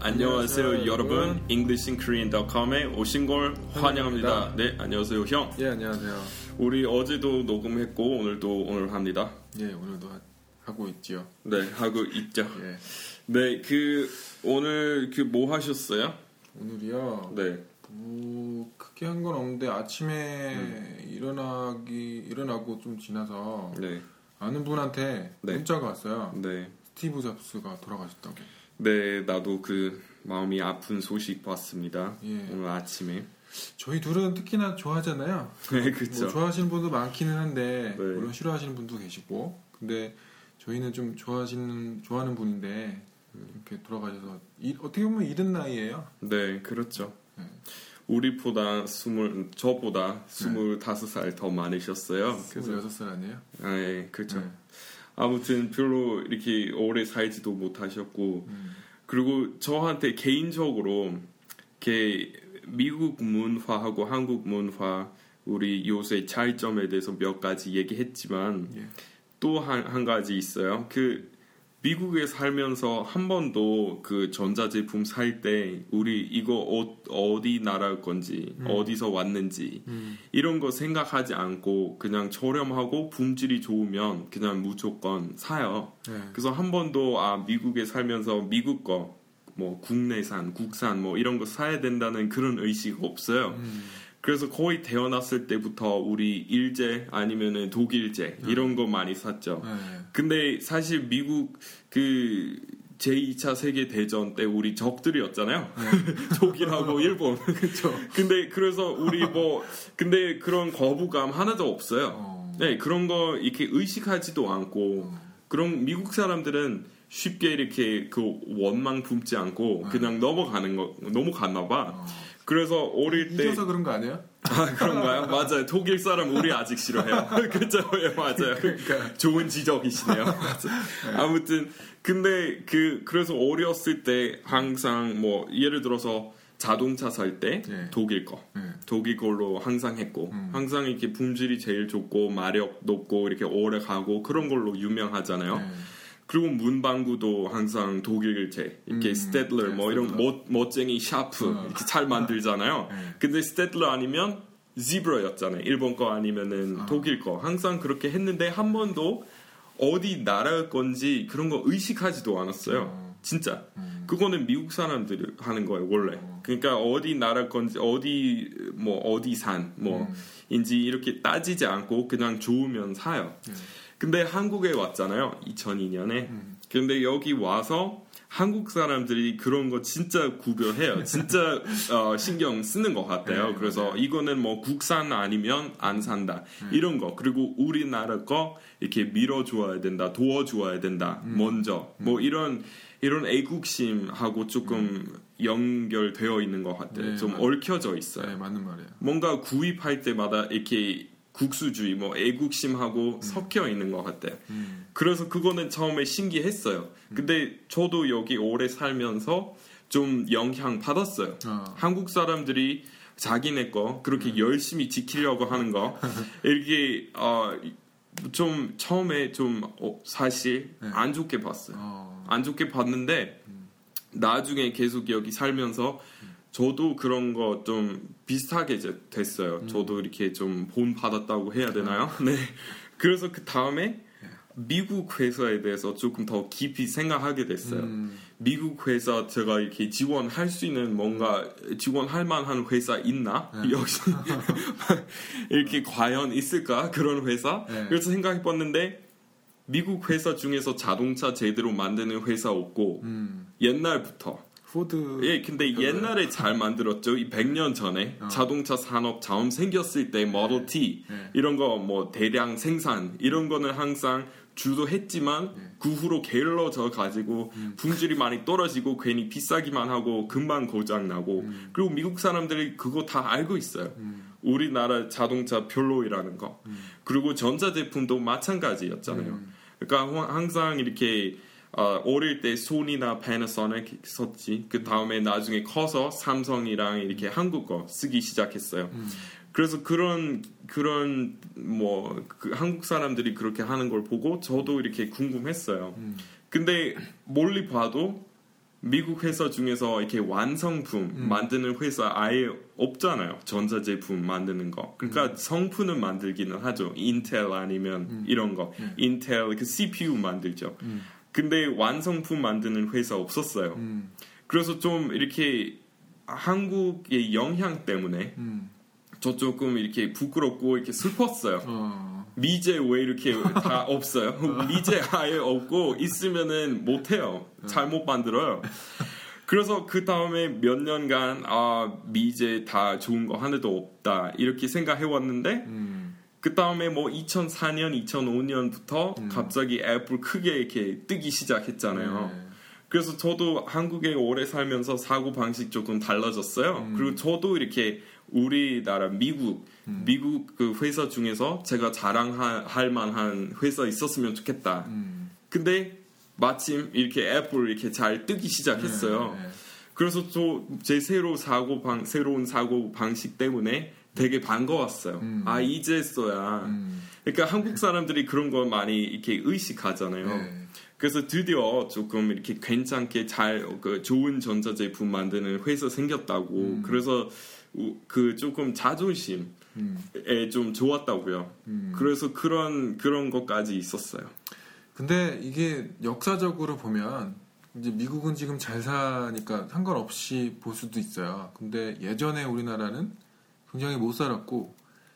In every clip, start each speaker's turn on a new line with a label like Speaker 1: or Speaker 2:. Speaker 1: 안녕하세요 여러분 EnglishinKorean.com에 오신 걸 환영합니다. 네 안녕하세요 형.
Speaker 2: 예 안녕하세요.
Speaker 1: 우리 어제도 녹음했고 오늘도 오늘 합니다.
Speaker 2: 예 오늘도 하, 하고 있지요.
Speaker 1: 네 하고 있죠.
Speaker 2: 예
Speaker 1: 네 그 오늘 그 뭐 하셨어요?
Speaker 2: 오늘이요.
Speaker 1: 네.
Speaker 2: 뭐 크게 한 건 없는데 아침에
Speaker 1: 음.
Speaker 2: 일어나기 일어나고 좀 지나서
Speaker 1: 네.
Speaker 2: 아는 분한테
Speaker 1: 네.
Speaker 2: 문자가 왔어요.
Speaker 1: 네.
Speaker 2: 스티브 잡스가 돌아가셨다고.
Speaker 1: 네 나도 그 마음이 아픈 소식 봤습니다.
Speaker 2: 예.
Speaker 1: 오늘 아침에.
Speaker 2: 저희 둘은 특히나 좋아하잖아요.
Speaker 1: 네 음. 그쵸.
Speaker 2: 뭐 좋아하시는 분도 많기는 한데
Speaker 1: 네.
Speaker 2: 물론 싫어하시는 분도 계시고 근데 저희는 좀 좋아하시는 좋아하는 분인데 이렇게 돌아가셔서 이- 어떻게 보면 이른 나이에요.
Speaker 1: 네 그렇죠.
Speaker 2: 네.
Speaker 1: 우리보다 스물 저보다 스물다섯 살 더 많으셨어요. 아, 그래서
Speaker 2: 26살 아니에요?
Speaker 1: 아, 예, 그렇죠.
Speaker 2: 네.
Speaker 1: 아무튼 별로 이렇게 오래 살지도 못하셨고
Speaker 2: 음.
Speaker 1: 그리고 저한테 개인적으로 이렇게 미국 문화하고 한국 문화 우리 요새 차이점에 대해서 몇 가지 얘기했지만
Speaker 2: 예.
Speaker 1: 또 한 한 가지 있어요. 그 미국에 살면서 한 번도 그 전자제품 살 때 우리 이거 옷 어디 나라 건지 어디서 왔는지
Speaker 2: 음.
Speaker 1: 이런 거 생각하지 않고 그냥 저렴하고 품질이 좋으면 그냥 무조건 사요.
Speaker 2: 네.
Speaker 1: 그래서 한 번도 아 미국에 살면서 미국 거 뭐 국내산, 국산 뭐 이런 거 사야 된다는 그런 의식 없어요.
Speaker 2: 음.
Speaker 1: 그래서 거의 태어났을 때부터 우리 일제 아니면은 독일제 이런 거 많이 샀죠.
Speaker 2: 네.
Speaker 1: 근데 사실 미국 그 제2차 세계 대전 때 우리 적들이었잖아요. 독일하고 일본.
Speaker 2: 그쵸.
Speaker 1: 근데 그래서 우리 뭐 근데 그런 거부감 하나도 없어요.
Speaker 2: 어.
Speaker 1: 네, 그런 거 이렇게 의식하지도 않고 그런 미국 사람들은 쉽게 이렇게 그 원망 품지 않고 그냥 넘어가는 거 넘어갔나 봐.
Speaker 2: 어.
Speaker 1: 그래서 어릴 때
Speaker 2: 잊어서 그런 거 아니에요?
Speaker 1: 아 그런가요? 맞아요. 독일 사람 우리 아직 싫어해요. 그죠? 예, 맞아요.
Speaker 2: 그러니까.
Speaker 1: 좋은 지적이시네요. 맞아요. 아무튼 근데 그 그래서 어렸을 때 항상 뭐 예를 들어서 자동차 살 때
Speaker 2: 예.
Speaker 1: 독일 거
Speaker 2: 네.
Speaker 1: 독일 걸로 항상 했고
Speaker 2: 음.
Speaker 1: 항상 이렇게 품질이 제일 좋고 마력 높고 이렇게 오래 가고 그런 걸로 유명하잖아요.
Speaker 2: 네.
Speaker 1: 그리고 문방구도 항상 독일제 이렇게
Speaker 2: 음,
Speaker 1: 스테틀러
Speaker 2: 네,
Speaker 1: 뭐 이런
Speaker 2: 스테틀러.
Speaker 1: 멋 멋쟁이 샤프
Speaker 2: 어.
Speaker 1: 이렇게 잘 만들잖아요.
Speaker 2: 네.
Speaker 1: 근데 스테틀러 아니면 지브러였잖아요. 일본 거 아니면은
Speaker 2: 아.
Speaker 1: 독일 거 항상 그렇게 했는데 한 번도 어디 나라 건지 그런 거 의식하지도 않았어요.
Speaker 2: 어.
Speaker 1: 진짜
Speaker 2: 음.
Speaker 1: 그거는 미국 사람들이 하는 거예요 원래.
Speaker 2: 어.
Speaker 1: 그러니까 어디 나라 건지 어디 뭐 어디 산
Speaker 2: 음.
Speaker 1: 뭐인지 이렇게 따지지 않고 그냥 좋으면 사요.
Speaker 2: 네.
Speaker 1: 근데 한국에 왔잖아요. 2002년에.
Speaker 2: 음.
Speaker 1: 근데 여기 와서 한국 사람들이 그런 거 진짜 구별해요. 진짜 어, 신경 쓰는 것 같아요.
Speaker 2: 네, 음.
Speaker 1: 그래서 이거는 뭐 국산 아니면 안 산다. 이런 거. 그리고 우리나라 거 이렇게 밀어줘야 된다. 도와줘야 된다.
Speaker 2: 음.
Speaker 1: 먼저. 뭐 이런, 이런 애국심하고 조금 연결되어 있는 것 같아요.
Speaker 2: 음. 네,
Speaker 1: 좀
Speaker 2: 맞-
Speaker 1: 얽혀져 있어요.
Speaker 2: 네, 맞는 말이에요.
Speaker 1: 뭔가 구입할 때마다 이렇게 국수주의, 뭐 애국심하고 섞여 있는 것 같아요.
Speaker 2: 음.
Speaker 1: 그래서 그거는 처음에 신기했어요. 근데 저도 여기 오래 살면서 좀 영향 받았어요.
Speaker 2: 아.
Speaker 1: 한국 사람들이 자기네 거 그렇게 열심히 지키려고 하는 거 이렇게 어, 좀 처음에 좀 어, 사실
Speaker 2: 네.
Speaker 1: 안 좋게 봤어요.
Speaker 2: 어.
Speaker 1: 안 좋게 봤는데 나중에 계속 여기 살면서 저도 그런 거 좀 비슷하게 이제 됐어요. 저도 이렇게 좀 본 받았다고 해야 되나요? 네. 그래서 그 다음에 미국 회사에 대해서 조금 더 깊이 생각하게 됐어요.
Speaker 2: 음.
Speaker 1: 미국 회사 제가 이렇게 지원할 수 있는 뭔가 지원할 만한 회사 있나?
Speaker 2: 네.
Speaker 1: 역시 이렇게 과연 있을까 그런 회사?
Speaker 2: 네.
Speaker 1: 그래서 생각해봤는데 미국 회사 중에서 자동차 제대로 만드는 회사 없고
Speaker 2: 음.
Speaker 1: 옛날부터
Speaker 2: 포드.
Speaker 1: 예 근데
Speaker 2: 별로요.
Speaker 1: 옛날에 잘 만들었죠 이 100년 전에
Speaker 2: 어.
Speaker 1: 자동차 산업 처음 생겼을 때 머더 T
Speaker 2: 네.
Speaker 1: 이런 거 뭐 대량 생산 이런 거는 항상 주도했지만
Speaker 2: 네.
Speaker 1: 그 후로 게을러져 가지고 품질이 많이 떨어지고 괜히 비싸기만 하고 금방 고장 나고 그리고 미국 사람들이 그거 다 알고 있어요. 우리나라 자동차 별로이라는 거
Speaker 2: 음.
Speaker 1: 그리고 전자 제품도 마찬가지였잖아요. 그러니까 항상 이렇게 아, 어릴 때 소니나 패나소닉 썼지. 그 다음에 나중에 커서 삼성이랑 이렇게 한국 거 쓰기 시작했어요.
Speaker 2: 음.
Speaker 1: 그래서 그런 그런 뭐그 한국 사람들이 그렇게 하는 걸 보고 저도 이렇게 궁금했어요.
Speaker 2: 음.
Speaker 1: 근데 멀리 봐도 미국 회사 중에서 이렇게 완성품
Speaker 2: 음.
Speaker 1: 만드는 회사 아예 없잖아요. 전자제품 만드는 거. 그러니까 성분은 만들기는 하죠. 인텔 아니면
Speaker 2: 음.
Speaker 1: 이런 거.
Speaker 2: 네.
Speaker 1: 인텔 그 CPU 만들죠.
Speaker 2: 음.
Speaker 1: 근데 완성품 만드는 회사 없었어요.
Speaker 2: 음.
Speaker 1: 그래서 좀 이렇게 한국의 영향 때문에
Speaker 2: 음.
Speaker 1: 저 조금 이렇게 부끄럽고 이렇게 슬펐어요.
Speaker 2: 어.
Speaker 1: 미제 왜 이렇게 다 없어요? 미제 아예 없고 있으면은 못해요. 잘못 만들어요. 그래서 그 다음에 몇 년간 아 미제 다 좋은 거 하나도 없다 이렇게 생각해 왔는데
Speaker 2: 음.
Speaker 1: 그 다음에 뭐 2004년, 2005년부터
Speaker 2: 음.
Speaker 1: 갑자기 애플 크게 이렇게 뜨기 시작했잖아요.
Speaker 2: 네.
Speaker 1: 그래서 저도 한국에 오래 살면서 사고 방식 조금 달라졌어요.
Speaker 2: 음.
Speaker 1: 그리고 저도 이렇게 우리나라 미국 미국 그 회사 중에서 제가 자랑할 만한 회사 있었으면 좋겠다.
Speaker 2: 음.
Speaker 1: 근데 마침 이렇게 애플 이렇게 잘 뜨기 시작했어요.
Speaker 2: 네, 네.
Speaker 1: 그래서 저 제 새로 사고 방 새로운 사고 방식 때문에 되게 반가웠어요.
Speaker 2: 음.
Speaker 1: 아 이제서야.
Speaker 2: 음.
Speaker 1: 그러니까 한국 사람들이 그런 거 많이 이렇게 의식하잖아요.
Speaker 2: 네.
Speaker 1: 그래서 드디어 조금 이렇게 괜찮게 잘 그 좋은 전자제품 만드는 회사 생겼다고
Speaker 2: 음.
Speaker 1: 그래서 우- 그 조금 자존심에
Speaker 2: 음.
Speaker 1: 좀 좋았다고요.
Speaker 2: 음.
Speaker 1: 그래서 그런 그런 것까지 있었어요.
Speaker 2: 근데 이게 역사적으로 보면 이제 미국은 지금 잘 사니까 상관없이 볼 수도 있어요. 근데 예전에 우리나라는 굉장히 못 살았고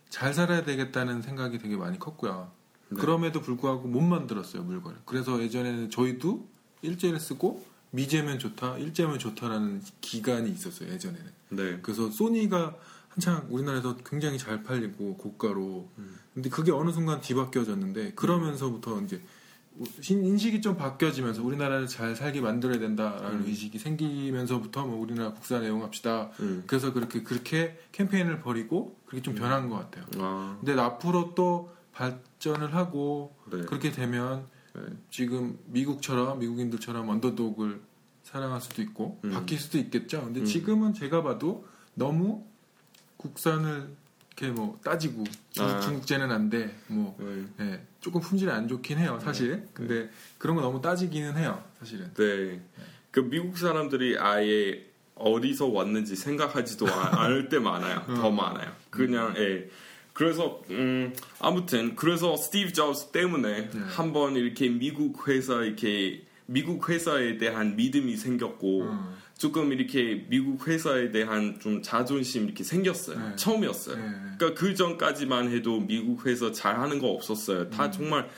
Speaker 2: 잘 살아야 되겠다는 생각이 되게 많이 컸고요.
Speaker 1: 네.
Speaker 2: 그럼에도 불구하고 못 만들었어요 물건을. 그래서 예전에는 저희도 일제를 쓰고 미제면 좋다, 일제면 좋다라는 기간이 있었어요 예전에는.
Speaker 1: 네,
Speaker 2: 그래서 소니가 한창 우리나라에서 굉장히 잘 팔리고 고가로 근데 그게 어느 순간 뒤바뀌어졌는데 그러면서부터 이제 신- 인식이 좀 바뀌어지면서 우리나라를 잘 살게 만들어야 된다라는
Speaker 1: 음.
Speaker 2: 의식이 생기면서부터 뭐 우리나라 국산 애용합시다
Speaker 1: 음.
Speaker 2: 그래서 그렇게 그렇게 캠페인을 벌이고 그게 좀 변한 것 같아요
Speaker 1: 아,
Speaker 2: 근데 앞으로 또 발전을 하고
Speaker 1: 네,
Speaker 2: 그렇게 되면
Speaker 1: 네.
Speaker 2: 지금 미국처럼 미국인들처럼 언더독을 사랑할 수도 있고
Speaker 1: 음.
Speaker 2: 바뀔 수도 있겠죠. 근데
Speaker 1: 음.
Speaker 2: 지금은 제가 봐도 너무 국산을 이렇게 뭐 따지고 중국,
Speaker 1: 아.
Speaker 2: 중국제는 안 돼. 뭐
Speaker 1: 네.
Speaker 2: 예, 조금 품질이 안 좋긴 해요, 사실. 근데 그런 거 너무 따지기는 해요, 사실은.
Speaker 1: 네. 그 미국 사람들이 아예 어디서 왔는지 생각하지도 아- 않을 때 많아요.
Speaker 2: 음.
Speaker 1: 더 많아요. 그냥 예. 그래서 음 아무튼 그래서 스티브 잡스 때문에
Speaker 2: 네.
Speaker 1: 한번 이렇게 미국 회사 이렇게 미국 회사에 대한 믿음이 생겼고
Speaker 2: 음.
Speaker 1: 조금 이렇게 미국 회사에 대한 좀 자존심 이렇게 생겼어요.
Speaker 2: 네.
Speaker 1: 처음이었어요.
Speaker 2: 예.
Speaker 1: 그러니까 그 전까지만 해도 미국 회사 잘하는 거 없었어요.
Speaker 2: 음.
Speaker 1: 다 정말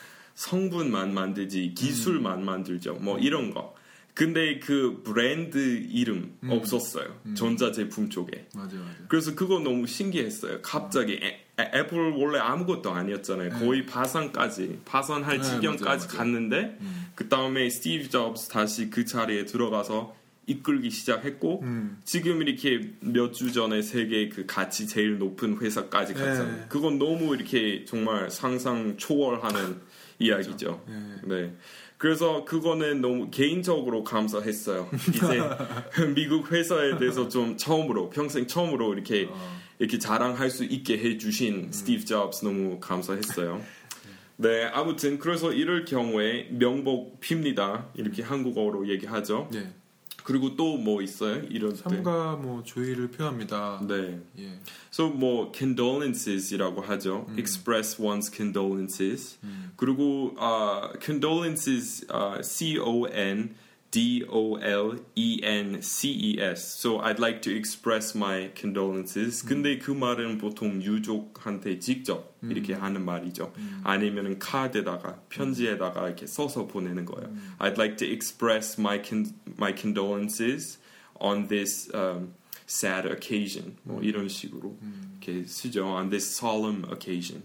Speaker 1: 성분만 만들지 기술만 만들죠. 뭐 이런 거. 근데 그 브랜드 이름
Speaker 2: 음.
Speaker 1: 없었어요.
Speaker 2: 음.
Speaker 1: 전자 제품 쪽에.
Speaker 2: 맞아요, 맞아요.
Speaker 1: 그래서 그거 너무 신기했어요. 갑자기 애- 애- 애플 원래 아무것도 아니었잖아요.
Speaker 2: 네.
Speaker 1: 거의 파산까지 파산할
Speaker 2: 네,
Speaker 1: 지경까지
Speaker 2: 맞아요, 맞아요.
Speaker 1: 갔는데
Speaker 2: 음.
Speaker 1: 그 다음에 스티브 잡스 다시 그 자리에 들어가서 이끌기 시작했고
Speaker 2: 음.
Speaker 1: 지금 이렇게 몇 주 전에 세계 그 가치 제일 높은 회사까지 갔잖아요.
Speaker 2: 네.
Speaker 1: 그건 너무 이렇게 정말 상상
Speaker 2: 그렇죠.
Speaker 1: 초월하는 이야기죠.
Speaker 2: 예.
Speaker 1: 네. 그래서 그거는 너무 개인적으로 감사했어요. 이제 미국 회사에 대해서 좀 처음으로 평생 처음으로 이렇게
Speaker 2: 어.
Speaker 1: 이렇게 자랑할 수 있게 해주신
Speaker 2: 음.
Speaker 1: 스티브 잡스 너무 감사했어요. 네, 아무튼 그래서 이럴 경우에 명복 핍니다. 이렇게 한국어로 얘기하죠.
Speaker 2: 예.
Speaker 1: 그리고 또 뭐 있어요? 이런 때.
Speaker 2: 삼가 뭐 조의를 표합니다.
Speaker 1: 네.
Speaker 2: 예.
Speaker 1: So 뭐 condolences이라고 하죠. Express one's condolences.
Speaker 2: 음.
Speaker 1: 그리고 아 condolences 아, C O N D O L E N C E S. So I'd like to express my condolences. 근데 그 말은 보통 유족한테 직접 이렇게 하는 말이죠. 아니면은 카드에다가 편지에다가 이렇게 써서 보내는 거예요. I'd like to express my con- my condolences on this um, sad occasion. 뭐 이런 식으로
Speaker 2: 음.
Speaker 1: 이렇게 쓰죠. On this solemn occasion.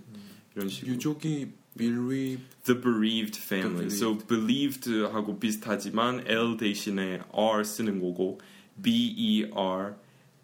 Speaker 1: 이런 식으로.
Speaker 2: 유족이 밀위
Speaker 1: The bereaved family.
Speaker 2: The
Speaker 1: So bereaved 하고 비슷하지만 L 대신에 R 쓰는 거고 B E R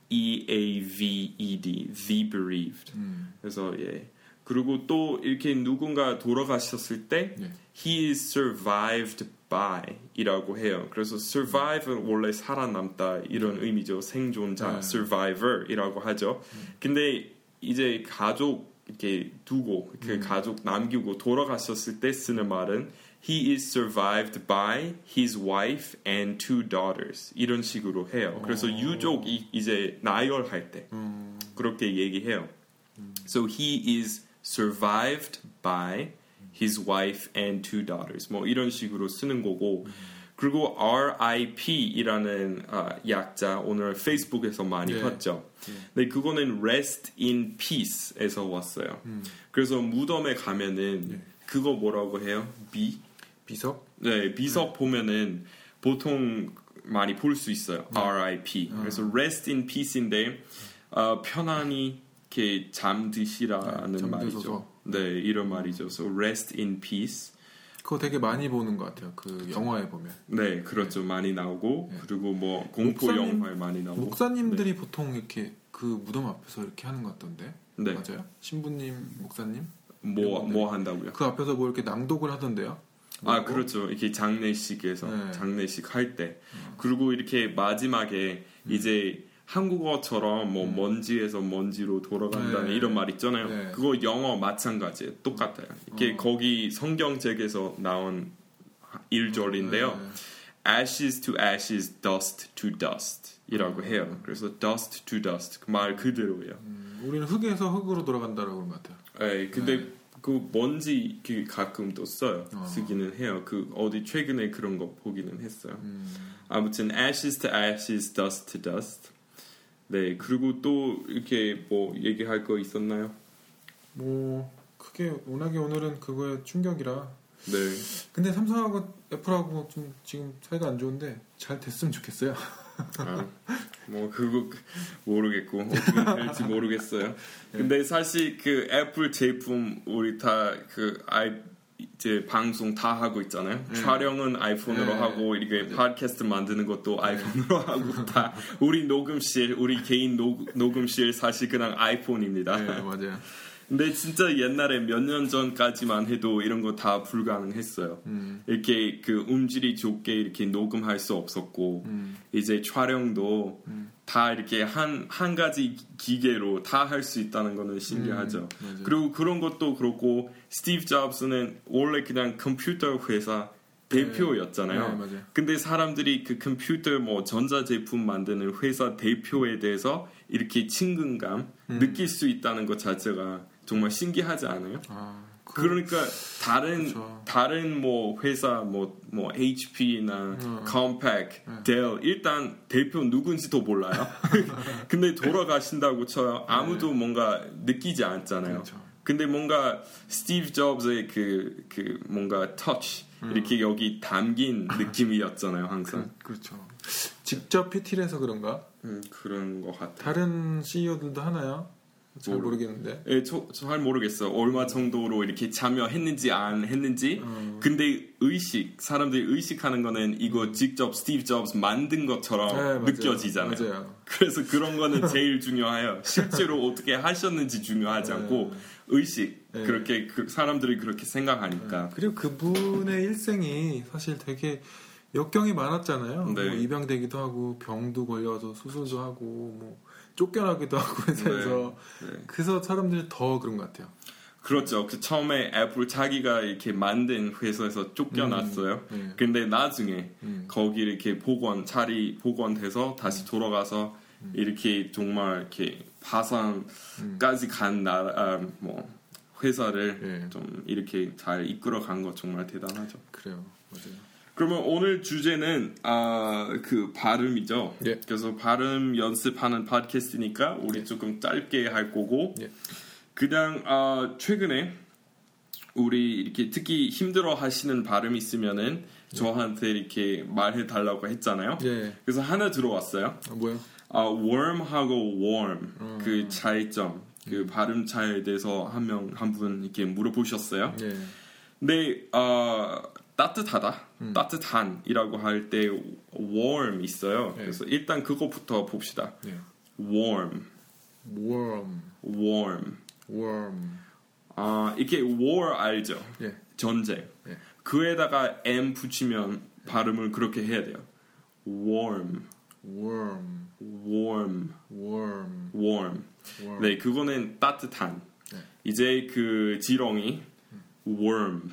Speaker 1: E A V E D. The bereaved.
Speaker 2: 음.
Speaker 1: 그래서 예. 그리고 또 이렇게 누군가 돌아가셨을 때
Speaker 2: 예.
Speaker 1: 네. He is survived buy이라고 해요. 그래서 survive은 원래 살아남다 이런 의미죠. 생존자
Speaker 2: 네.
Speaker 1: survivor이라고 하죠. 근데 이제 가족 이렇게 두고 그 가족 남기고 돌아가셨을 때 쓰는 말은 he is survived by his wife and two daughters 이런 식으로 해요. 그래서 유족이 이제 나열할 때
Speaker 2: 음,
Speaker 1: 그렇게 얘기해요. So he is survived by his wife and two daughters. 뭐 이런 식으로 쓰는 거고. 그리고 RIP이라는 아, 약자 오늘 페이스북에서 많이
Speaker 2: 네.
Speaker 1: 봤죠. 근데 그거는 rest in peace에서 왔어요.
Speaker 2: 음.
Speaker 1: 그래서 무덤에 가면은
Speaker 2: 네.
Speaker 1: 그거 뭐라고 해요? 비?
Speaker 2: 비석?
Speaker 1: 네, 비석 보면은 보통 많이 볼 수 있어요.
Speaker 2: 네.
Speaker 1: R.I.P.
Speaker 2: 아.
Speaker 1: 그래서 rest in peace인데 어, 편안히 이렇게 잠드시라는
Speaker 2: 네, 잠드셔서.
Speaker 1: 말이죠. 네, 이런 말이죠. So rest in peace.
Speaker 2: 그거 되게 많이 보는 것 같아요. 그 영화에 보면
Speaker 1: 네, 그렇죠. 많이 나오고
Speaker 2: 네.
Speaker 1: 그리고 뭐 공포
Speaker 2: 목사님-
Speaker 1: 영화에 많이 나오고.
Speaker 2: 목사님들이 보통 이렇게 그 무덤 앞에서 이렇게 하는 것 같던데
Speaker 1: 네,
Speaker 2: 맞아요? 신부님, 목사님
Speaker 1: 뭐 뭐 한다고요?
Speaker 2: 그 앞에서 뭐 이렇게 낭독을 하던데요?
Speaker 1: 아
Speaker 2: 뭐?
Speaker 1: 그렇죠. 이렇게 장례식에서
Speaker 2: 네. 음.
Speaker 1: 장례식 할 때 그리고 이렇게 마지막에 이제 한국어처럼 뭐 먼지에서 먼지로 돌아간다는
Speaker 2: 음. 네.
Speaker 1: 이런 말 있잖아요.
Speaker 2: 네.
Speaker 1: 그거 영어 마찬가지예요. 똑같아요. 이게
Speaker 2: 어.
Speaker 1: 거기 성경책에서 나온 일절인데요.
Speaker 2: 네.
Speaker 1: Ashes to ashes, dust to dust이라고 해요. 그래서 dust to dust 그말 그대로예요.
Speaker 2: 음, 우리는 흙에서 흙으로 돌아간다라고 그런 것 같아요.
Speaker 1: 에 근데
Speaker 2: 네.
Speaker 1: 그 먼지 그 가끔 또 써요.
Speaker 2: 어.
Speaker 1: 쓰기는 해요. 그 어디 최근에 그런 거 보기는 했어요.
Speaker 2: 음,
Speaker 1: 아무튼 ashes to ashes, dust to dust. 네 그리고 또 이렇게 뭐 얘기할 거 있었나요?
Speaker 2: 뭐 크게 워낙에 오늘은 그거에 충격이라.
Speaker 1: 네
Speaker 2: 근데 삼성하고 애플하고 좀 지금 사이가 안 좋은데 잘 됐으면 좋겠어요.
Speaker 1: 아, 뭐 그거 모르겠고 어떻게 될지
Speaker 2: 네.
Speaker 1: 모르겠어요. 근데 사실 그 애플 제품 우리 다 그 아이 이제 방송 다 하고 있잖아요.
Speaker 2: 네.
Speaker 1: 촬영은 아이폰으로
Speaker 2: 네.
Speaker 1: 하고 이렇게 팟캐스트 만드는 것도 아이폰으로 하고 다 우리 녹음실 우리 개인 녹, 녹음실 사실 그냥 아이폰입니다.
Speaker 2: 네 맞아요.
Speaker 1: 근데 진짜 옛날에 몇 년 전까지만 해도 이런 거 다 불가능했어요.
Speaker 2: 음,
Speaker 1: 이렇게 그 음질이 좋게 이렇게 녹음할 수 없었고
Speaker 2: 음,
Speaker 1: 이제 촬영도
Speaker 2: 음.
Speaker 1: 다 이렇게 한 한 가지 기계로 다 할 수 있다는 거는 신기하죠.
Speaker 2: 음, 맞아요.
Speaker 1: 그리고 그런 것도 그렇고 스티브 잡스는 원래 그냥 컴퓨터 회사 대표였잖아요.
Speaker 2: 네, 맞아요.
Speaker 1: 근데 사람들이 그 컴퓨터 뭐 전자제품 만드는 회사 대표에 대해서 이렇게 친근감
Speaker 2: 음.
Speaker 1: 느낄 수 있다는 것 자체가 정말 신기하지 않아요?
Speaker 2: 아, 그,
Speaker 1: 그러니까 다른
Speaker 2: 그렇죠.
Speaker 1: 다른 뭐 회사 뭐 뭐 HP나
Speaker 2: 음.
Speaker 1: 컴팩, 델 일단 대표 누군지도 몰라요. 근데 돌아가신다고 쳐요. 아무도
Speaker 2: 네.
Speaker 1: 뭔가 느끼지 않잖아요. 네,
Speaker 2: 그렇죠.
Speaker 1: 근데 뭔가 스티브 잡스의 그, 그 뭔가 터치 이렇게 여기 담긴 느낌이었잖아요 항상
Speaker 2: 그, 그렇죠. 직접 PT를 해서 그런가?
Speaker 1: 음, 그런 것 같아요
Speaker 2: 다른 CEO들도 하나요? 잘
Speaker 1: 모르-
Speaker 2: 모르겠는데.
Speaker 1: 예, 저, 잘 모르겠어요 얼마 정도로 이렇게 참여했는지 안 했는지
Speaker 2: 어,
Speaker 1: 근데 의식 사람들이 의식하는 거는 이거 직접 스티브 잡스 만든 것처럼
Speaker 2: 네, 맞아요.
Speaker 1: 느껴지잖아요
Speaker 2: 맞아요.
Speaker 1: 그래서 그런 거는 제일 중요해요 실제로 어떻게 하셨는지 중요하지 않고 의식
Speaker 2: 네.
Speaker 1: 그렇게 그 사람들이 그렇게 생각하니까
Speaker 2: 그리고 그분의 일생이 사실 되게 역경이 많았잖아요.
Speaker 1: 네.
Speaker 2: 뭐 입양되기도 하고 병도 걸려서 수술도 하고 뭐 쫓겨나기도 하고 회사에서
Speaker 1: 네.
Speaker 2: 그래서 사람들이 더 그런 것 같아요. 음.
Speaker 1: 그렇죠. 그 처음에 애플 자기가 이렇게 만든 회사에서 쫓겨났어요.
Speaker 2: 네.
Speaker 1: 근데 나중에
Speaker 2: 음.
Speaker 1: 거기 이렇게 복원 자리 복원돼서 다시 돌아가서 이렇게 정말 이렇게 파산까지 간 나라 아, 뭐 회사를
Speaker 2: 네.
Speaker 1: 좀 이렇게 잘 이끌어간 거 정말 대단하죠.
Speaker 2: 그래요. 맞아요.
Speaker 1: 그러면 오늘 주제는 아, 그 발음이죠.
Speaker 2: 예.
Speaker 1: 그래서 발음 연습하는 팟캐스트니까 우리 조금 짧게 할 거고
Speaker 2: 예.
Speaker 1: 그냥 아, 최근에 우리 이렇게 특히 힘들어 하시는 발음 있으면은 저한테 이렇게 말해 달라고 했잖아요.
Speaker 2: 예.
Speaker 1: 그래서 하나 들어왔어요.
Speaker 2: 아, 뭐야?
Speaker 1: 아, warm하고 warm
Speaker 2: 음.
Speaker 1: 그 차이점
Speaker 2: 예.
Speaker 1: 그 발음 차이에 대해서 한 명 한 분 이렇게 물어보셨어요.
Speaker 2: 예.
Speaker 1: 네, 어, 따뜻하다,
Speaker 2: 음.
Speaker 1: 따뜻한이라고 할 때 warm 있어요.
Speaker 2: 네.
Speaker 1: 그래서 일단 그거부터 봅시다.
Speaker 2: 예.
Speaker 1: warm,
Speaker 2: warm,
Speaker 1: warm.
Speaker 2: warm.
Speaker 1: 아 이게 war 알죠?
Speaker 2: 예.
Speaker 1: 전쟁.
Speaker 2: 네.
Speaker 1: 그에다가 m 붙이면 발음을 그렇게 해야 돼요. warm,
Speaker 2: warm,
Speaker 1: warm,
Speaker 2: warm,
Speaker 1: warm.
Speaker 2: warm.
Speaker 1: 네, 그거는 따뜻한.
Speaker 2: 네.
Speaker 1: 이제 그 지렁이 worm,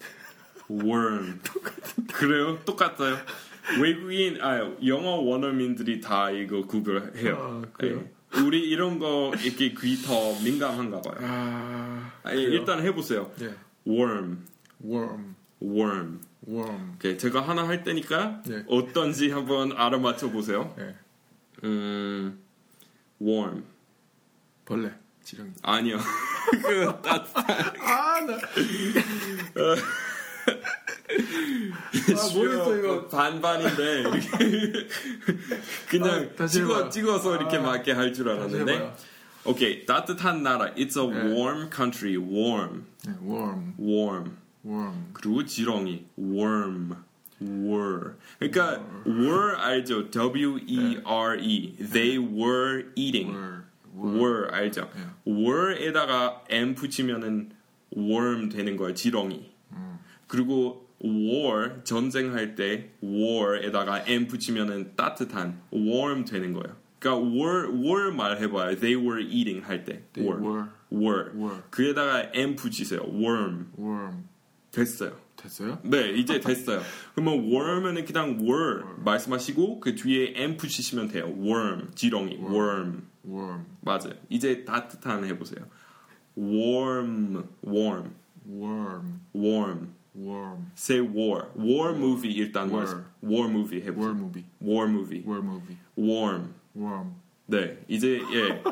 Speaker 1: worm. 그래요? 똑같아요. 외국인 아 영어 원어민들이 다 이거 구별해요.
Speaker 2: 아, 그래요?
Speaker 1: 네. 우리 이런 거 이렇게 귀 더 민감한가 봐요.
Speaker 2: 아,
Speaker 1: 아니, 일단 해보세요.
Speaker 2: 예,
Speaker 1: worm,
Speaker 2: warm,
Speaker 1: worm.
Speaker 2: warm.
Speaker 1: 오케이, 제가 하나 할 테니까
Speaker 2: 네.
Speaker 1: 어떤지 한번 알아맞혀 보세요.
Speaker 2: 예,
Speaker 1: 음, warm.
Speaker 2: 벌레, 지렁이.
Speaker 1: 아니요. 그 따뜻.
Speaker 2: 아, 나. 아, 모르겠어, 이거.
Speaker 1: 반반인데 이렇게 그냥
Speaker 2: 아, 다시
Speaker 1: 찍어
Speaker 2: 해봐요.
Speaker 1: 찍어서 이렇게
Speaker 2: 아,
Speaker 1: 맞게 할 줄
Speaker 2: 다시
Speaker 1: 알았는데.
Speaker 2: 해봐요.
Speaker 1: 오케이, 따뜻한 나라. It's a
Speaker 2: 네.
Speaker 1: warm country. warm,
Speaker 2: 예, warm,
Speaker 1: warm.
Speaker 2: warm.
Speaker 1: 그리고 지렁이 worm, were. 그러니까 were 알죠? W E R E. They were eating.
Speaker 2: were, were.
Speaker 1: were 알죠?
Speaker 2: 예.
Speaker 1: were에다가 m 붙이면은 worm 되는 거예요. 지렁이.
Speaker 2: 음.
Speaker 1: 그리고 war 전쟁할 때 war에다가 m 붙이면은 따뜻한 warm 되는 거예요. 그러니까 were were 말해봐요. They were eating 할 때.
Speaker 2: They were,
Speaker 1: were.
Speaker 2: were,
Speaker 1: 그에다가 m 붙이세요. worm
Speaker 2: warm.
Speaker 1: 됐어요.
Speaker 2: 됐어요?
Speaker 1: 네, 이제 됐어요. 그러면 worm은 그냥 were 말씀하시고 그 뒤에 m 붙이시면 돼요. worm, 지렁이, worm.
Speaker 2: warm,
Speaker 1: 맞아요. 이제 따뜻한 해보세요. warm, warm,
Speaker 2: warm,
Speaker 1: warm.
Speaker 2: warm.
Speaker 1: Say war. War movie 일단
Speaker 2: War.
Speaker 1: 말씀. war movie 해보세요.
Speaker 2: war movie,
Speaker 1: war movie.
Speaker 2: war movie,
Speaker 1: warm.
Speaker 2: warm.
Speaker 1: 네, 이제 예.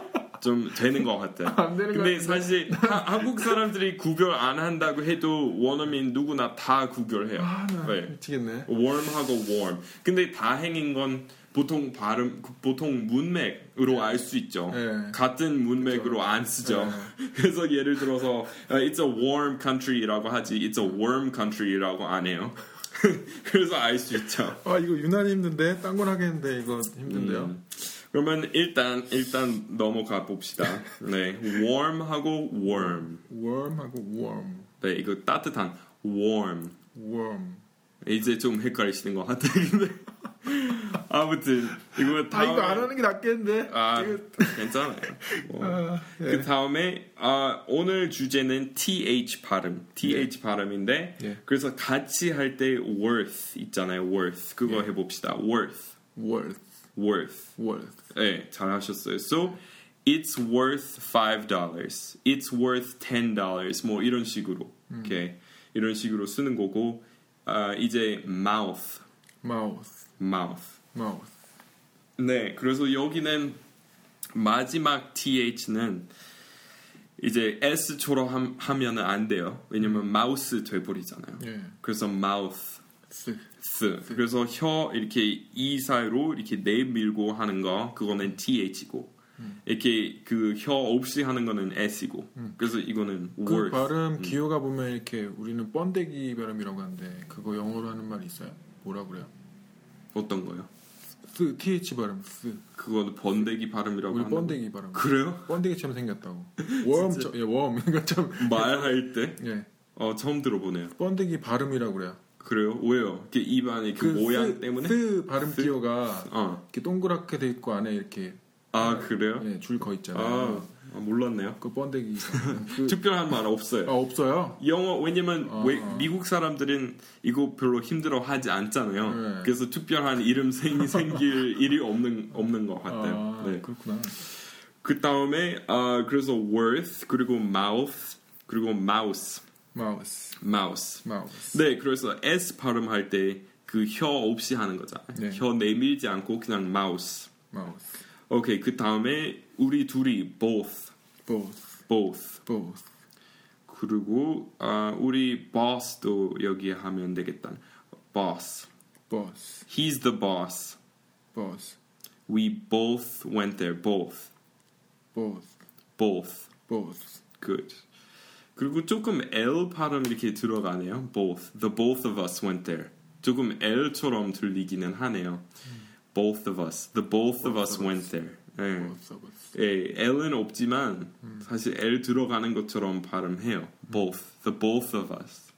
Speaker 1: 좀 되는 것 같아요.
Speaker 2: 안 되는 것
Speaker 1: 근데 사실 하- 한국 사람들이 구별 안 한다고 해도 원어민 누구나 다 구별해요.
Speaker 2: 아, 나
Speaker 1: 네.
Speaker 2: 미치겠네.
Speaker 1: warm하고 warm. 근데 다행인 건 보통 발음 보통 문맥으로 알 수 있죠.
Speaker 2: 네.
Speaker 1: 같은 문맥으로 안 쓰죠. 그래서 예를 들어서 어, it's a warm country라고 하지 it's a warm country라고 안 해요. 그래서 알 수 있죠.
Speaker 2: 아, 이거 유난히 힘든데? 딴 걸 하겠는데, 이거 힘든데요?
Speaker 1: 음. 그러면 일단 일단 넘어가 봅시다. 네, warm하고 warm.
Speaker 2: warm하고 warm,
Speaker 1: 네, 이거 따뜻한 warm.
Speaker 2: warm.
Speaker 1: 이제 좀 헷갈리시는 것 같아. 근데 아무튼 이거
Speaker 2: 아,
Speaker 1: 다음
Speaker 2: 이거 안 하는 게 낫겠는데?
Speaker 1: 아
Speaker 2: 이거-
Speaker 1: 괜찮아요. 뭐.
Speaker 2: 아, 예.
Speaker 1: 그 다음에 아, 오늘 주제는 th 발음, th 발음인데
Speaker 2: 예.
Speaker 1: 그래서 같이 할 때 worth 있잖아요, worth 그거 해봅시다, worth,
Speaker 2: worth,
Speaker 1: worth.
Speaker 2: worth.
Speaker 1: 네, 잘하셨어요. So it's worth five dollars, it's worth ten dollars, 뭐 이런 식으로, 이렇게 이런 식으로 쓰는 거고 아, 이제 mouth,
Speaker 2: mouth,
Speaker 1: mouth.
Speaker 2: mouth.
Speaker 1: 네, 그래서 여기는 마지막 TH는 이제 S처럼 함- 하면은 안 돼요. 왜냐면 마우스 돼버리잖아요.
Speaker 2: 예.
Speaker 1: 그래서 마우스,
Speaker 2: 쓰.
Speaker 1: 스. 그래서 혀 이렇게 이 사이로 이렇게 내밀고 하는 거 그거는 TH고
Speaker 2: 음.
Speaker 1: 이렇게 그 혀 없이 하는 거는 S이고. 그래서 이거는
Speaker 2: 그
Speaker 1: worth.
Speaker 2: 발음 기호가 보면 이렇게 우리는 번데기 발음이라고 하는데 그거 영어로 하는 말이 있어요? 뭐라 그래요?
Speaker 1: 어떤 거요?
Speaker 2: 쓰, th 발음 쓰.
Speaker 1: 그거는 번데기 발음이라고
Speaker 2: 우리
Speaker 1: 하는 거.
Speaker 2: 번데기 발음.
Speaker 1: 아, 뭐, 그래요?
Speaker 2: 번데기처럼 생겼다고. worm, 저, 예, worm 이거 참.
Speaker 1: 말할 때?
Speaker 2: 예.
Speaker 1: 어 처음 들어보네요.
Speaker 2: 번데기 발음이라고 그래요.
Speaker 1: 그래요? 왜요? 이렇게 입안의 그, 모양
Speaker 2: 쓰,
Speaker 1: 때문에?
Speaker 2: 쓰 발음
Speaker 1: 쓰?
Speaker 2: 기호가
Speaker 1: 어.
Speaker 2: 이렇게 동그랗게 돼 있고 안에 이렇게
Speaker 1: 아 그래요?
Speaker 2: 예, 줄 거
Speaker 1: 아,
Speaker 2: 있잖아요.
Speaker 1: 아, 몰랐네요.
Speaker 2: 그 번데기. 발음. 그,
Speaker 1: 특별한 말 없어요.
Speaker 2: 아 없어요?
Speaker 1: 영어 왜냐면
Speaker 2: 아.
Speaker 1: 외- 미국 사람들은 이거 별로 힘들어 하지 않잖아요.
Speaker 2: 네.
Speaker 1: 그래서 특별한 이름 생, 생길 일이 없는 없는 것 같아요.
Speaker 2: 아,
Speaker 1: 네.
Speaker 2: 그렇구나.
Speaker 1: 그 다음에 아 그래서 worth 그리고 mouth 그리고 mouse
Speaker 2: 마우스,
Speaker 1: mouse
Speaker 2: 마우스.
Speaker 1: 네 그래서 s 발음할 때 그 혀 없이 하는 거잖아요.
Speaker 2: 네.
Speaker 1: 혀 내밀지 않고 그냥 mouse.
Speaker 2: 마우스.
Speaker 1: 오케이 그 다음에 우리 둘이 both
Speaker 2: both,
Speaker 1: both
Speaker 2: both.
Speaker 1: 그리고 아, 우리 boss도 여기 하면 되겠다. boss.
Speaker 2: boss,
Speaker 1: He's the boss.
Speaker 2: boss,
Speaker 1: We both went there. both.
Speaker 2: both,
Speaker 1: both.
Speaker 2: both,
Speaker 1: good. 그리고 조금 L 발음 이렇게 들어가네요. both. The both of us went there. 조금 L처럼 들리기는 하네요. both of us. The 음. both, of us went there. 예.
Speaker 2: both of us.
Speaker 1: 예, L은 없지만 사실 L 들어가는 것처럼 발음해요. Both, the both of us.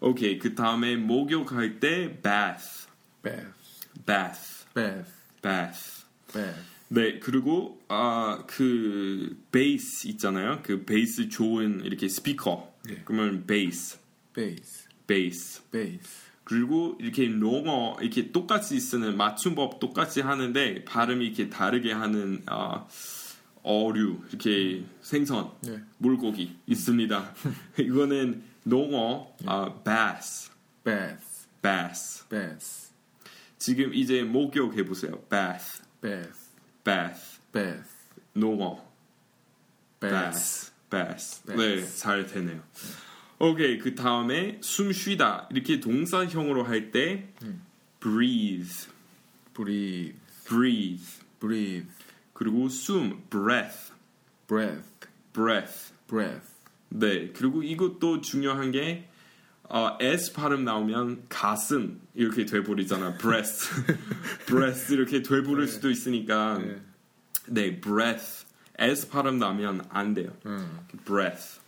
Speaker 1: 오케이 그 다음에 목욕할 때 bath,
Speaker 2: bath,
Speaker 1: bath,
Speaker 2: bath,
Speaker 1: bath.
Speaker 2: bath.
Speaker 1: 네 그리고 아, 아그 베이스 있잖아요. 그 베이스 좋은 이렇게 스피커.
Speaker 2: 네.
Speaker 1: 그러면 베이스,
Speaker 2: 베이스,
Speaker 1: 베이스.
Speaker 2: 베이스.
Speaker 1: 그리고 이렇게 용어 이렇게 똑같이 쓰는 맞춤법 똑같이 하는데 발음 이렇게 다르게 하는 아, 어류 이렇게 생선
Speaker 2: 네.
Speaker 1: 물고기 있습니다. 이거는 농어 아, bass,
Speaker 2: bath,
Speaker 1: bass.
Speaker 2: bath,
Speaker 1: 지금 이제 목욕해 보세요. bath,
Speaker 2: bath,
Speaker 1: bath,
Speaker 2: bath,
Speaker 1: 농어
Speaker 2: bath.
Speaker 1: bass, bass.
Speaker 2: bass.
Speaker 1: 네, 잘 되네요. 오케이 그 다음에 숨 쉬다 이렇게 동사형으로 할 때 breathe,
Speaker 2: breathe,
Speaker 1: breathe.
Speaker 2: breathe,
Speaker 1: 그리고 숨 breath
Speaker 2: breath,
Speaker 1: breath
Speaker 2: breath.
Speaker 1: 네 그리고 이것도 중요한 게 어, S 발음 나오면 가슴 이렇게 돼버리잖아 breath breath 이렇게 돼버릴 수도 있으니까
Speaker 2: 네.
Speaker 1: 네 breath S 발음 나면 안 돼요
Speaker 2: 음,
Speaker 1: breath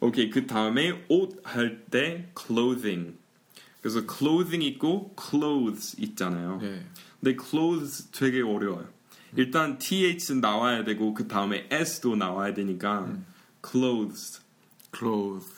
Speaker 1: 오케이 그 다음에 옷 할 때 clothing 그래서 clothing 있고 clothes 있잖아요
Speaker 2: 네.
Speaker 1: 근데 clothes 되게 어려워요. 일단 th 나와야 되고 그 다음에 s도 나와야 되니까
Speaker 2: 음.
Speaker 1: clothes.
Speaker 2: clothes.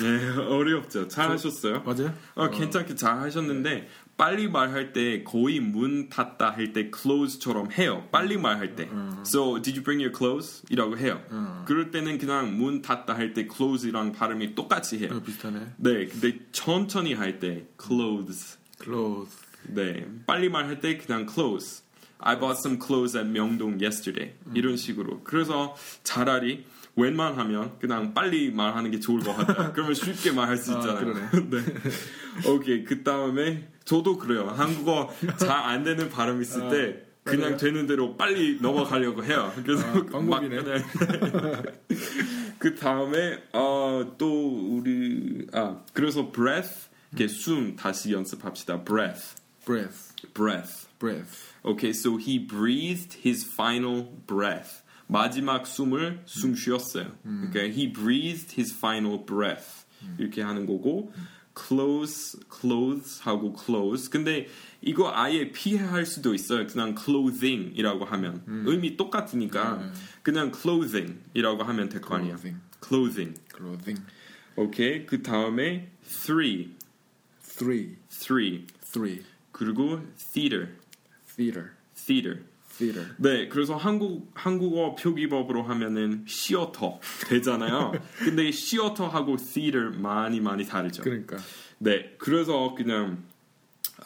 Speaker 1: 예, 어렵죠. 잘하셨어요.
Speaker 2: 맞아요?
Speaker 1: 어, 괜찮게 잘하셨는데 빨리 말할 때 거의 문 닫다 할 때 close처럼 해요. 빨리 말할 때. So did you bring your clothes? 이라고 해요.
Speaker 2: 음.
Speaker 1: 그럴 때는 그냥 문 닫다 할 때 close이랑 발음이 똑같이 해요.
Speaker 2: 어, 비슷하네.
Speaker 1: 네, 근데 천천히 할 때 clothes.
Speaker 2: clothes.
Speaker 1: 네, 빨리 말할 때 그냥 clothes. I bought some clothes at 명동 yesterday.
Speaker 2: 음.
Speaker 1: 이런 식으로. 그래서 차라리 웬만하면 그냥 빨리 말하는 게 좋을 것 같아요. 그러면 쉽게 말할 수
Speaker 2: 아,
Speaker 1: 있잖아요.
Speaker 2: 그러네.
Speaker 1: 네. 오케이. 그 다음에 저도 그래요. 한국어 잘 안 되는 발음 있을
Speaker 2: 아,
Speaker 1: 때 그냥
Speaker 2: 맞아요.
Speaker 1: 되는 대로 빨리 넘어가려고 해요. 그래서
Speaker 2: 아,
Speaker 1: 막
Speaker 2: 방법이네.
Speaker 1: 그냥 그 다음에 어, 또 우리 아 그래서 breath
Speaker 2: 음.
Speaker 1: 이렇게 숨 다시 연습합시다. breath,
Speaker 2: breath,
Speaker 1: breath.
Speaker 2: breath.
Speaker 1: Okay, so he breathed his final breath. 마지막 숨을 숨 쉬었어요. Okay, he breathed his final breath. 이렇게 하는 거고 clothes, clothes 하고 clothes. 근데 이거 아예 피할 수도 있어요. 그냥 clothing이라고 하면 의미 똑같으니까 그냥 clothing이라고 하면 될 거 아니야.
Speaker 2: clothing,
Speaker 1: clothing.
Speaker 2: clothing.
Speaker 1: Okay, 그 다음에 three,
Speaker 2: three,
Speaker 1: three.
Speaker 2: three.
Speaker 1: 그리고 theater,
Speaker 2: theater,
Speaker 1: theater.
Speaker 2: theater.
Speaker 1: 네, 그래서 한국 한국어 표기법으로 하면은 시어터 되잖아요. 근데 시어터하고 theater 많이 많이 다르죠.
Speaker 2: 그러니까
Speaker 1: 네, 그래서 그냥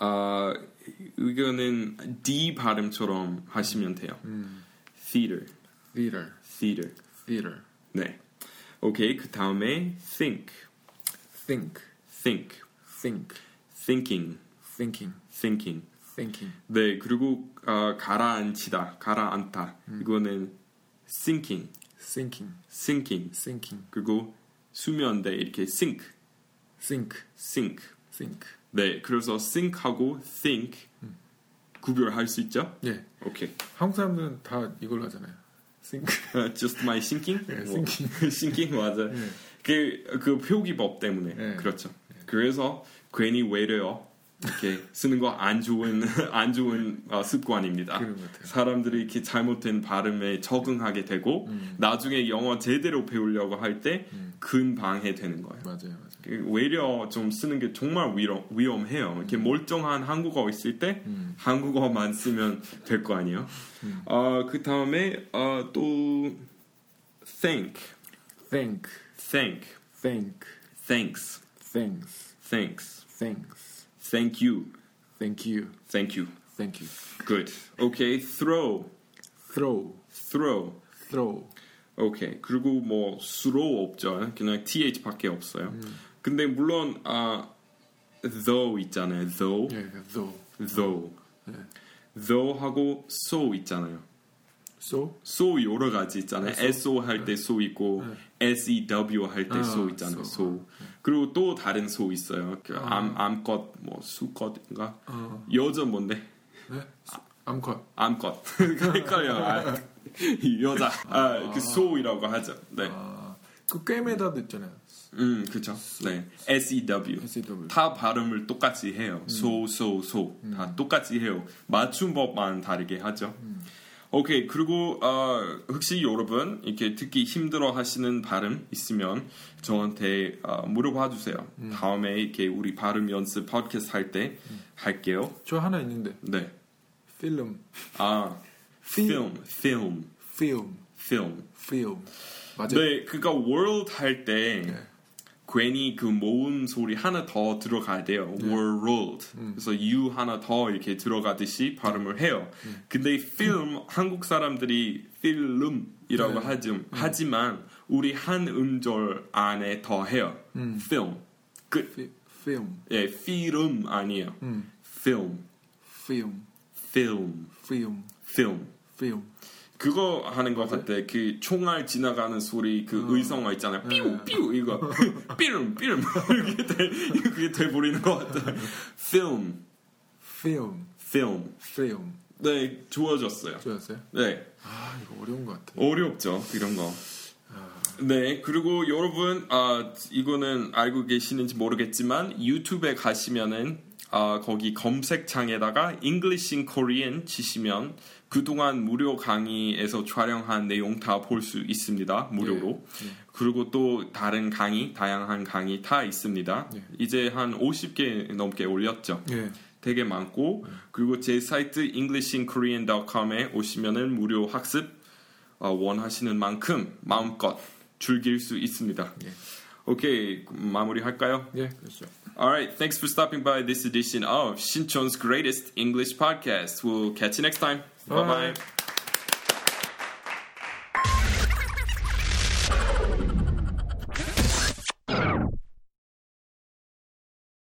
Speaker 1: 아 이거는 D 발음처럼 하시면 돼요. theater,
Speaker 2: theater,
Speaker 1: theater.
Speaker 2: theater.
Speaker 1: 네, 오케이 그 다음에 think,
Speaker 2: think,
Speaker 1: think,
Speaker 2: think,
Speaker 1: thinking,
Speaker 2: thinking,
Speaker 1: thinking.
Speaker 2: thinking.
Speaker 1: 네, 그리고 아, 가라앉히다, 가라앉다. 이거는 sinking,
Speaker 2: sinking,
Speaker 1: sinking.
Speaker 2: sinking,
Speaker 1: 그리고 수면대 네, 이렇게 sink,
Speaker 2: sink,
Speaker 1: sink.
Speaker 2: sink.
Speaker 1: 네, 그래서 sink하고 think 구별할 수 있죠?
Speaker 2: 예,
Speaker 1: 오케이.
Speaker 2: 한국 사람들은 다 이걸로 하잖아요. sink.
Speaker 1: 아, Just my sinking.
Speaker 2: 네,
Speaker 1: 뭐, sinking 맞아.
Speaker 2: 네.
Speaker 1: 그, 그 표기법 때문에
Speaker 2: 네.
Speaker 1: 그렇죠. 그래서 괜히 외래어 이렇게 쓰는 거 안 좋은 안 좋은 어, 습관입니다.
Speaker 2: 그런 것 같아요.
Speaker 1: 사람들이 이렇게 잘못된 발음에 적응하게 되고
Speaker 2: 음.
Speaker 1: 나중에 영어 제대로 배우려고 할 때 근방해 되는 거예요.
Speaker 2: 맞아요, 맞아요.
Speaker 1: 그 외려 좀 쓰는 게 정말 위험, 위험해요. 이렇게 몰정한 한국어 있을 때
Speaker 2: 음.
Speaker 1: 한국어만 쓰면 될 거 아니에요. 어, 그 다음에 어, 또 thank,
Speaker 2: think,
Speaker 1: thank,
Speaker 2: think,
Speaker 1: thanks,
Speaker 2: thanks,
Speaker 1: thanks,
Speaker 2: thanks.
Speaker 1: thank you,
Speaker 2: Thank you,
Speaker 1: thank you.
Speaker 2: thank you.
Speaker 1: Good. Okay. Throw,
Speaker 2: throw,
Speaker 1: throw.
Speaker 2: throw.
Speaker 1: 오케이. 그리고 뭐 수로 없죠. 그냥 th밖에 없어요. 근데 물론 아 though 있잖아요. though.
Speaker 2: 예, throw.
Speaker 1: though. 예. though 하고 so 있잖아요.
Speaker 2: so,
Speaker 1: so 여러 가지 있잖아요.
Speaker 2: 네,
Speaker 1: so 할 때 so 있고 sew 할 때
Speaker 2: 아,
Speaker 1: so 있잖아요.
Speaker 2: so.
Speaker 1: so. 그리고 또 다른 so 있어요. 그 암, 암컷 뭐 수컷인가?
Speaker 2: 어,
Speaker 1: 여자 뭔데?
Speaker 2: 네, 암컷.
Speaker 1: 암컷. 헷갈려. 아, 이 여자. 아, 그 so이라고 하죠. 네.
Speaker 2: 아, 그 꿰매다도 있잖아요.
Speaker 1: 음, 그죠. 네. SEW.
Speaker 2: SW.
Speaker 1: 다 발음을 음. 똑같이 해요. 소, 소, 소. 다 똑같이 해요. 맞춤법만 다르게 하죠. 오케이. 그리고, 어, 혹시 여러분, 이렇게 듣기 힘들어 하시는 발음 있으면 저한테 어, 물어봐 주세요. 다음에 음. 이렇게 우리 발음 연습 팟캐스트 할 때 할게요.
Speaker 2: 저 하나 있는데.
Speaker 1: 네.
Speaker 2: 필름.
Speaker 1: 아, film, film,
Speaker 2: 필름.
Speaker 1: film.
Speaker 2: 필름. 맞아요.
Speaker 1: 네, 그러니까 world 할 때
Speaker 2: 네.
Speaker 1: 괜히 그 모음 소리 하나 더 들어가야 돼요.
Speaker 2: 네.
Speaker 1: world.
Speaker 2: 음.
Speaker 1: 그래서 u 하나 더 이렇게 들어가듯이 발음을 해요. 근데 film 한국 사람들이 film이라고
Speaker 2: 음. 네.
Speaker 1: 하지, 하지만 우리 한 음절 안에 더 해요.
Speaker 2: 음.
Speaker 1: film. 끝.
Speaker 2: 피, 필름.
Speaker 1: 예, film 아니에요.
Speaker 2: 음.
Speaker 1: film,
Speaker 2: 필름.
Speaker 1: film,
Speaker 2: 필름.
Speaker 1: film.
Speaker 2: 필름.
Speaker 1: 그거 하는 것 같아. 그 총알 지나가는 소리 그 의성어 있잖아요. 삐우 삐우 이거 삐름 삐름 이렇게 돼 이렇게 돼 버리는 것 같아. film
Speaker 2: 필름.
Speaker 1: film
Speaker 2: 필름.
Speaker 1: 네 좋아졌어요.
Speaker 2: 좋았어요?
Speaker 1: 네
Speaker 2: 아, 이거 어려운 것 같아.
Speaker 1: 어렵죠 이런 거. 네 그리고 여러분 아 이거는 알고 계시는지 모르겠지만 유튜브에 가시면은 아 거기 검색창에다가 English in Korean 치시면 그동안 무료 강의에서 촬영한 내용 다 볼 수 있습니다 무료로 그리고 또 다른 강의 다양한 강의 다 있습니다
Speaker 2: 네.
Speaker 1: 이제 한 50개 넘게 올렸죠
Speaker 2: 예.
Speaker 1: 되게 많고 그리고 제 사이트 englishinkorean.com에 오시면은 무료 학습 어, 원하시는 만큼 마음껏 즐길 수 있습니다.
Speaker 2: 예.
Speaker 1: 오케이 마무리할까요?
Speaker 2: 예, 그렇죠.
Speaker 1: All right, thanks for stopping by this edition of Shinchon's greatest English podcast. We'll catch you next time. Bye bye.
Speaker 2: Bye.